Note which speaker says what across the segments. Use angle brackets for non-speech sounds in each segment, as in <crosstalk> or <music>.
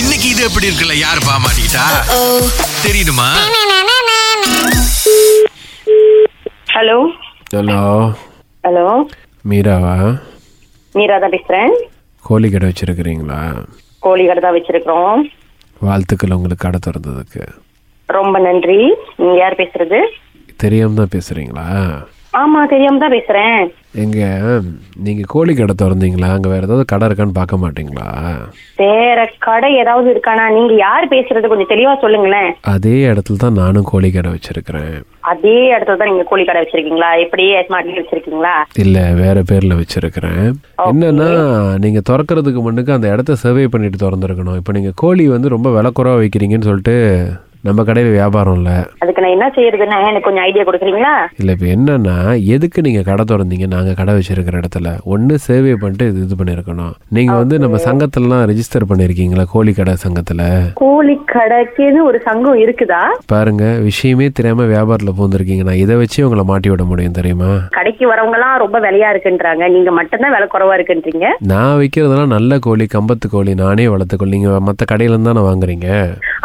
Speaker 1: இன்னைக்கு இது எப்படி இருக்குல்ல யாரு பாமாட்டா தெரியுமா
Speaker 2: ஹலோ
Speaker 3: ஹலோ
Speaker 2: ஹலோ
Speaker 3: மீராவா
Speaker 2: மீரா தான் பேசுறேன்
Speaker 3: கோழி கடை வச்சிருக்கிறீங்களா
Speaker 2: கோழி கடை தான் வச்சிருக்கிறோம்
Speaker 3: வாழ்த்துக்கள் உங்களுக்கு கடை திறந்ததுக்கு
Speaker 2: ரொம்ப நன்றி நீங்க யார் பேசுறது
Speaker 3: தெரியாம தான் பேசுறீங்களா
Speaker 2: ஆமா தெரியாம தான் பேசுறேன்
Speaker 3: எங்க நீங்க கோழி கடை திறந்தீங்களா அங்க வேற ஏதாவது கடை இருக்கான்னு பார்க்க மாட்டீங்களா
Speaker 2: வேற கடை ஏதாவது இருக்கானா நீங்க யார் பேசுறது கொஞ்சம் தெளிவா சொல்லுங்களேன்
Speaker 3: அதே இடத்துல தான் நானும் கோழி கடை வச்சிருக்கிறேன்
Speaker 2: அதே இடத்துல தான் நீங்க கோழி கடை வச்சிருக்கீங்களா எப்படி ஸ்மார்ட் வச்சிருக்கீங்களா
Speaker 3: இல்ல வேற பேர்ல வச்சிருக்கிறேன்
Speaker 2: Okay.
Speaker 3: என்னன்னா நீங்க திறக்கிறதுக்கு முன்னுக்கு அந்த இடத்த சர்வே பண்ணிட்டு திறந்துருக்கணும் இப்போ நீங்க கோழி வந்து ரொம்ப விலை குறைவா வைக்கிறீங்கன்னு சொல்லிட்டு நம்ம கடையில் வியாபாரம் இல்லை
Speaker 2: அதுக்கு நான் என்ன செய்யறதுன்னா எனக்கு கொஞ்சம் ஐடியா கொடுக்குறீங்களா
Speaker 3: இல்லை இப்போ என்னன்னா எதுக்கு நீங்கள் கடை திறந்தீங்க நாங்கள் கடை வச்சிருக்கிற இடத்துல ஒன்று சேவை பண்ணிட்டு இது இது பண்ணியிருக்கணும் நீங்கள் வந்து நம்ம சங்கத்துலலாம் ரெஜிஸ்டர் பண்ணியிருக்கீங்களா கோழி கடை சங்கத்தில்
Speaker 2: கோழி கடைக்குன்னு ஒரு சங்கம் இருக்குதா
Speaker 3: பாருங்க விஷயமே தெரியாமல் வியாபாரத்தில் பூந்துருக்கீங்க நான் இதை வச்சு உங்களை மாட்டி விட முடியும் தெரியுமா
Speaker 2: கடைக்கு வரவங்க எல்லாம் ரொம்ப விலையா இருக்குன்றாங்க நீங்க மட்டும்தான் விலை குறைவா இருக்குன்றீங்க
Speaker 3: நான் விற்கிறதெல்லாம் நல்ல கோழி கம்பத்து கோழி நானே வளர்த்த கோழி நீங்கள் மற்ற கடையிலேருந்து தானே வாங்குறீங்க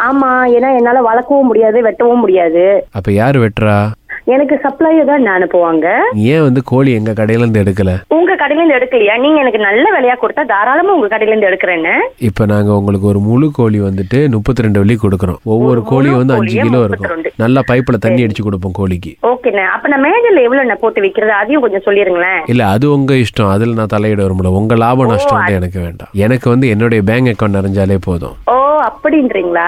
Speaker 2: ஆமா ஏன்னா என்னால வளர்க்கவும் முடியாது வெட்டவும் முடியாது
Speaker 3: அப்போ யார் வெட்டுறா
Speaker 2: எனக்கு சப்ளையர் தான் அனுப்புவாங்க
Speaker 3: ஏன் வந்து கோழி எங்கள் கடையிலேருந்து எடுக்கலை
Speaker 2: உங்க கடையில இருந்து எடுக்கலையா நீங்க எனக்கு நல்ல விலையா கொடுத்தா தாராளமா உங்க கடையில இருந்து எடுக்கிறேன்னு
Speaker 3: இப்போ நாங்கள் உங்களுக்கு ஒரு முழு கோழி வந்துட்டு முப்பத்தி ரெண்டு வெள்ளி கொடுக்குறோம் ஒவ்வொரு கோழி வந்து அஞ்சு
Speaker 2: கோழியே
Speaker 3: கிலோ இருக்கும்
Speaker 2: 32.
Speaker 3: நல்லா பைப்பில் தண்ணி அடிச்சு கொடுப்போம் கோழிக்கு
Speaker 2: ஓகேண்ணே அப்ப நான் மேஜர்ல எவ்வளவு போட்டு விக்கிறது அதையும் கொஞ்சம் சொல்லிருங்களேன்
Speaker 3: இல்ல அது உங்க இஷ்டம் அதுல நான் தலையிட வரும்ல உங்க லாப நஷ்டம் வந்து எனக்கு வேண்டாம் எனக்கு வந்து என்னுடைய பேங்க் அக்கௌண்ட் நிறைஞ்சாலே போதும்
Speaker 2: ஓ அப்படின்றீங்களா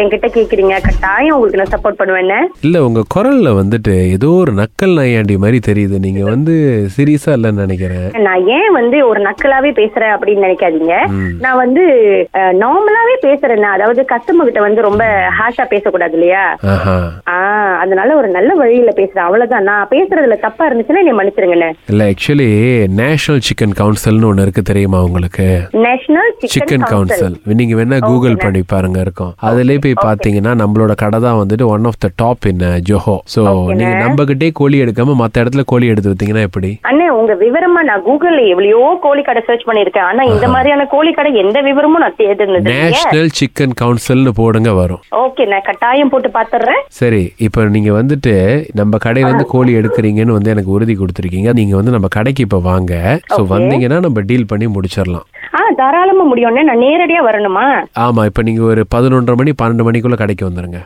Speaker 2: என்கிட்ட கேக்குறீங்க கட்டாயம் உங்களுக்கு நான் சப்போர்ட் பண்ணுவேன்னு
Speaker 3: இல்ல உங்க குரல்ல வந்துட்டு ஏதோ ஒரு நக்கல் நையாண்டி மாதிரி தெரியுது நீங்க வந்து சீரியஸா இல்லைன்னு நினைக்கிறேன்
Speaker 2: நான் ஏன் வந்து ஒரு நக்கலாவே பேசுறேன் அப்படின்னு நினைக்காதீங்க நான் வந்து நார்மலாவே பேசுறேன்னா அதாவது கஸ்டமர் கிட்ட வந்து ரொம்ப ஹாஷா பேசக்கூடாது இல்லையா
Speaker 3: ஆஹா
Speaker 2: ஆஹ் அதனால ஒரு நல்ல வழியில பேசுறேன் அவ்வளவுதான் நான் பேசுறதுல தப்பா இருந்துச்சுன்னா என்னை மன்னிச்சிருங்கண்ணே
Speaker 3: இல்ல ஆக்சுவலி நேஷனல் சிக்கன் கவுன்சில்னு ஒண்ணு இருக்கு தெரியுமா உங்களுக்கு
Speaker 2: நேஷனல்
Speaker 3: சிக்கன் கவுன்சில் நீங்க வேணா கூகுள் பண்ணி பாருங்க இருக்கும் அதுலயே போய் பாத்தீங்கன்னா நம்மளோட கடை தான் வந்துட்டு one of the top in Zoho so நீங்க நம்பகிட்டே கோழி எடுக்காம மத்த இடத்துல கோழி எடுத்து வித்தீங்கன்னா எப்படி
Speaker 2: அண்ணே உங்க விவரமா நான் கூகுள்ல எவ்வளவோ கோழி கடை சர்ச் பண்ணிருக்கேன் ஆனா இந்த மாதிரியான கோழி கடை எந்த விவரமும் நான் தேடுனது
Speaker 3: நேஷனல் சிக்கன் கவுன்சில்னு போடுங்க வரும்
Speaker 2: ஓகே நான் கட்டாயம் போட்டு பாத்துறேன்
Speaker 3: சரி இப்போ நீங்க வந்துட்டு நம்ம கடையில இருந்து கோழி எடுக்கிறீங்கன்னு வந்து எனக்கு உறுதி கொடுத்துருக்கீங்க நீங்க வந்து நம்ம கடைக்கு இப்போ வாங்க ஸோ வந்தீங்கன்னா நம்ம டீல் பண்ணி முடிச்சிடலாம்
Speaker 2: ஆ தாராளமா முடியும்னே நான் நேரடியா வரணுமா
Speaker 3: ஆமா இப்போ நீங்க ஒரு பதினொன்றரை மணி பன்னெண்டு மணிக்குள்ள கடைக்கு வந்துருங்க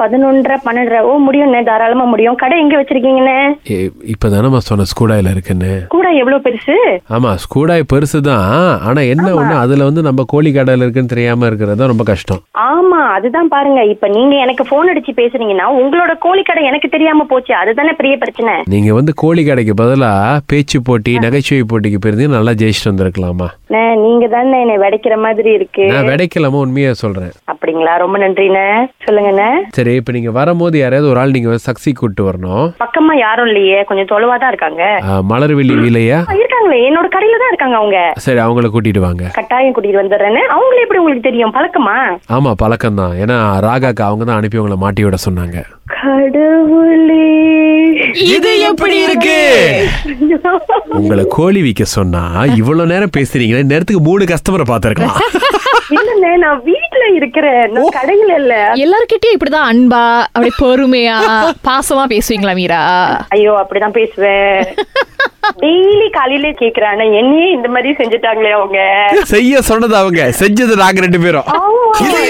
Speaker 2: பதினொன்றரை பன்னெண்டரை ஓ முடியும்ண்ணே தாராளமா முடியும் கடை எங்க வச்சிருக்கீங்கண்ணே
Speaker 3: ஏ- இப்பதானே நம்ம சொன்ன ஸ்கூடாயில் இருக்குன்னு
Speaker 2: கூட எவ்வளவு பெருசு
Speaker 3: ஆமா ஸ்கூடாய் பெருசு தான் ஆனா என்ன ஒண்ணு அதுல வந்து நம்ம கோழி கடையில் இருக்குன்னு தெரியாம இருக்கிறது தான் ரொம்ப கஷ்டம்
Speaker 2: ஆமா அதுதான் பாருங்க இப்ப நீங்க எனக்கு போன் அடிச்சு பேசுனீங்கன்னா உங்களோட கோழி கடை எனக்கு தெரியாம போச்சு அதுதானே பெரிய பிரச்சனை
Speaker 3: நீங்க வந்து கோழி கடைக்கு பதிலா பேச்சு போட்டி நகைச்சுவை போட்டிக்கு போயிருந்தீங்க நல்லா ஜெயிச்சுட்டு வந்திருக்கலாமா
Speaker 2: அண்ணே, நீங்க தானே என்னை விடைக்கிற மாதிரி இருக்கு
Speaker 3: நான் விடைக்கலாமா உண்மையா சொல்றேன்
Speaker 2: அப்படிங்களா ரொம்ப நன்றிண்ணே சொல்லுங்கண்ணே
Speaker 3: சரி இப்போ நீங்கள் வரும்போது யாரையாவது ஒரு ஆள் நீங்கள் சக்சி கூப்பிட்டு வரணும்
Speaker 2: பக்கமா யாரும் இல்லையே கொஞ்சம் தொலைவா தான் இருக்காங்க
Speaker 3: ஆ, மலர்விழி வீலையா
Speaker 2: ஆ, இருக்காங்களே என்னோட கடையில தான் இருக்காங்க அவங்க
Speaker 3: சரி அவங்கள கூட்டிட்டு வாங்க
Speaker 2: கட்டாயம் கூட்டிட்டு வந்துடுறேன்னு அவங்களே எப்படி உங்களுக்கு தெரியும் பழக்கமா
Speaker 3: ஆமாம் பழக்கம்தான் ஏன்னா ராகாக்கு அவங்க தான் அனுப்பி உங்களை மாட்டி விட சொன்னாங்க
Speaker 2: கடவுளே
Speaker 3: இது எப்படி இருக்கு உங்களை கோழி விற்க சொன்னா இவ்வளோ நேரம் பேசுறீங்களே நேரத்துக்கு மூணு கஸ்டமரை பார்த்துருக்கலாம்
Speaker 2: இல்லண்ணே நான் வீட்ல இருக்கிறேன் நான் கடையில இல்ல
Speaker 4: எல்லார்கிட்டயும் இப்படிதான் அன்பா அப்படியே பொறுமையா பாசமா பேசுவீங்களா மீரா
Speaker 2: ஐயோ அப்படிதான்
Speaker 3: <laughs>
Speaker 2: பேசுவேன் டெய்லி காலையில கேக்குறேன் ஆனா என்னையே இந்த மாதிரி செஞ்சுட்டாங்களே அவங்க
Speaker 3: செய்ய சொன்னது அவங்க செஞ்சது நாங்க ரெண்டு பேரும்
Speaker 2: ஆமா.
Speaker 1: இது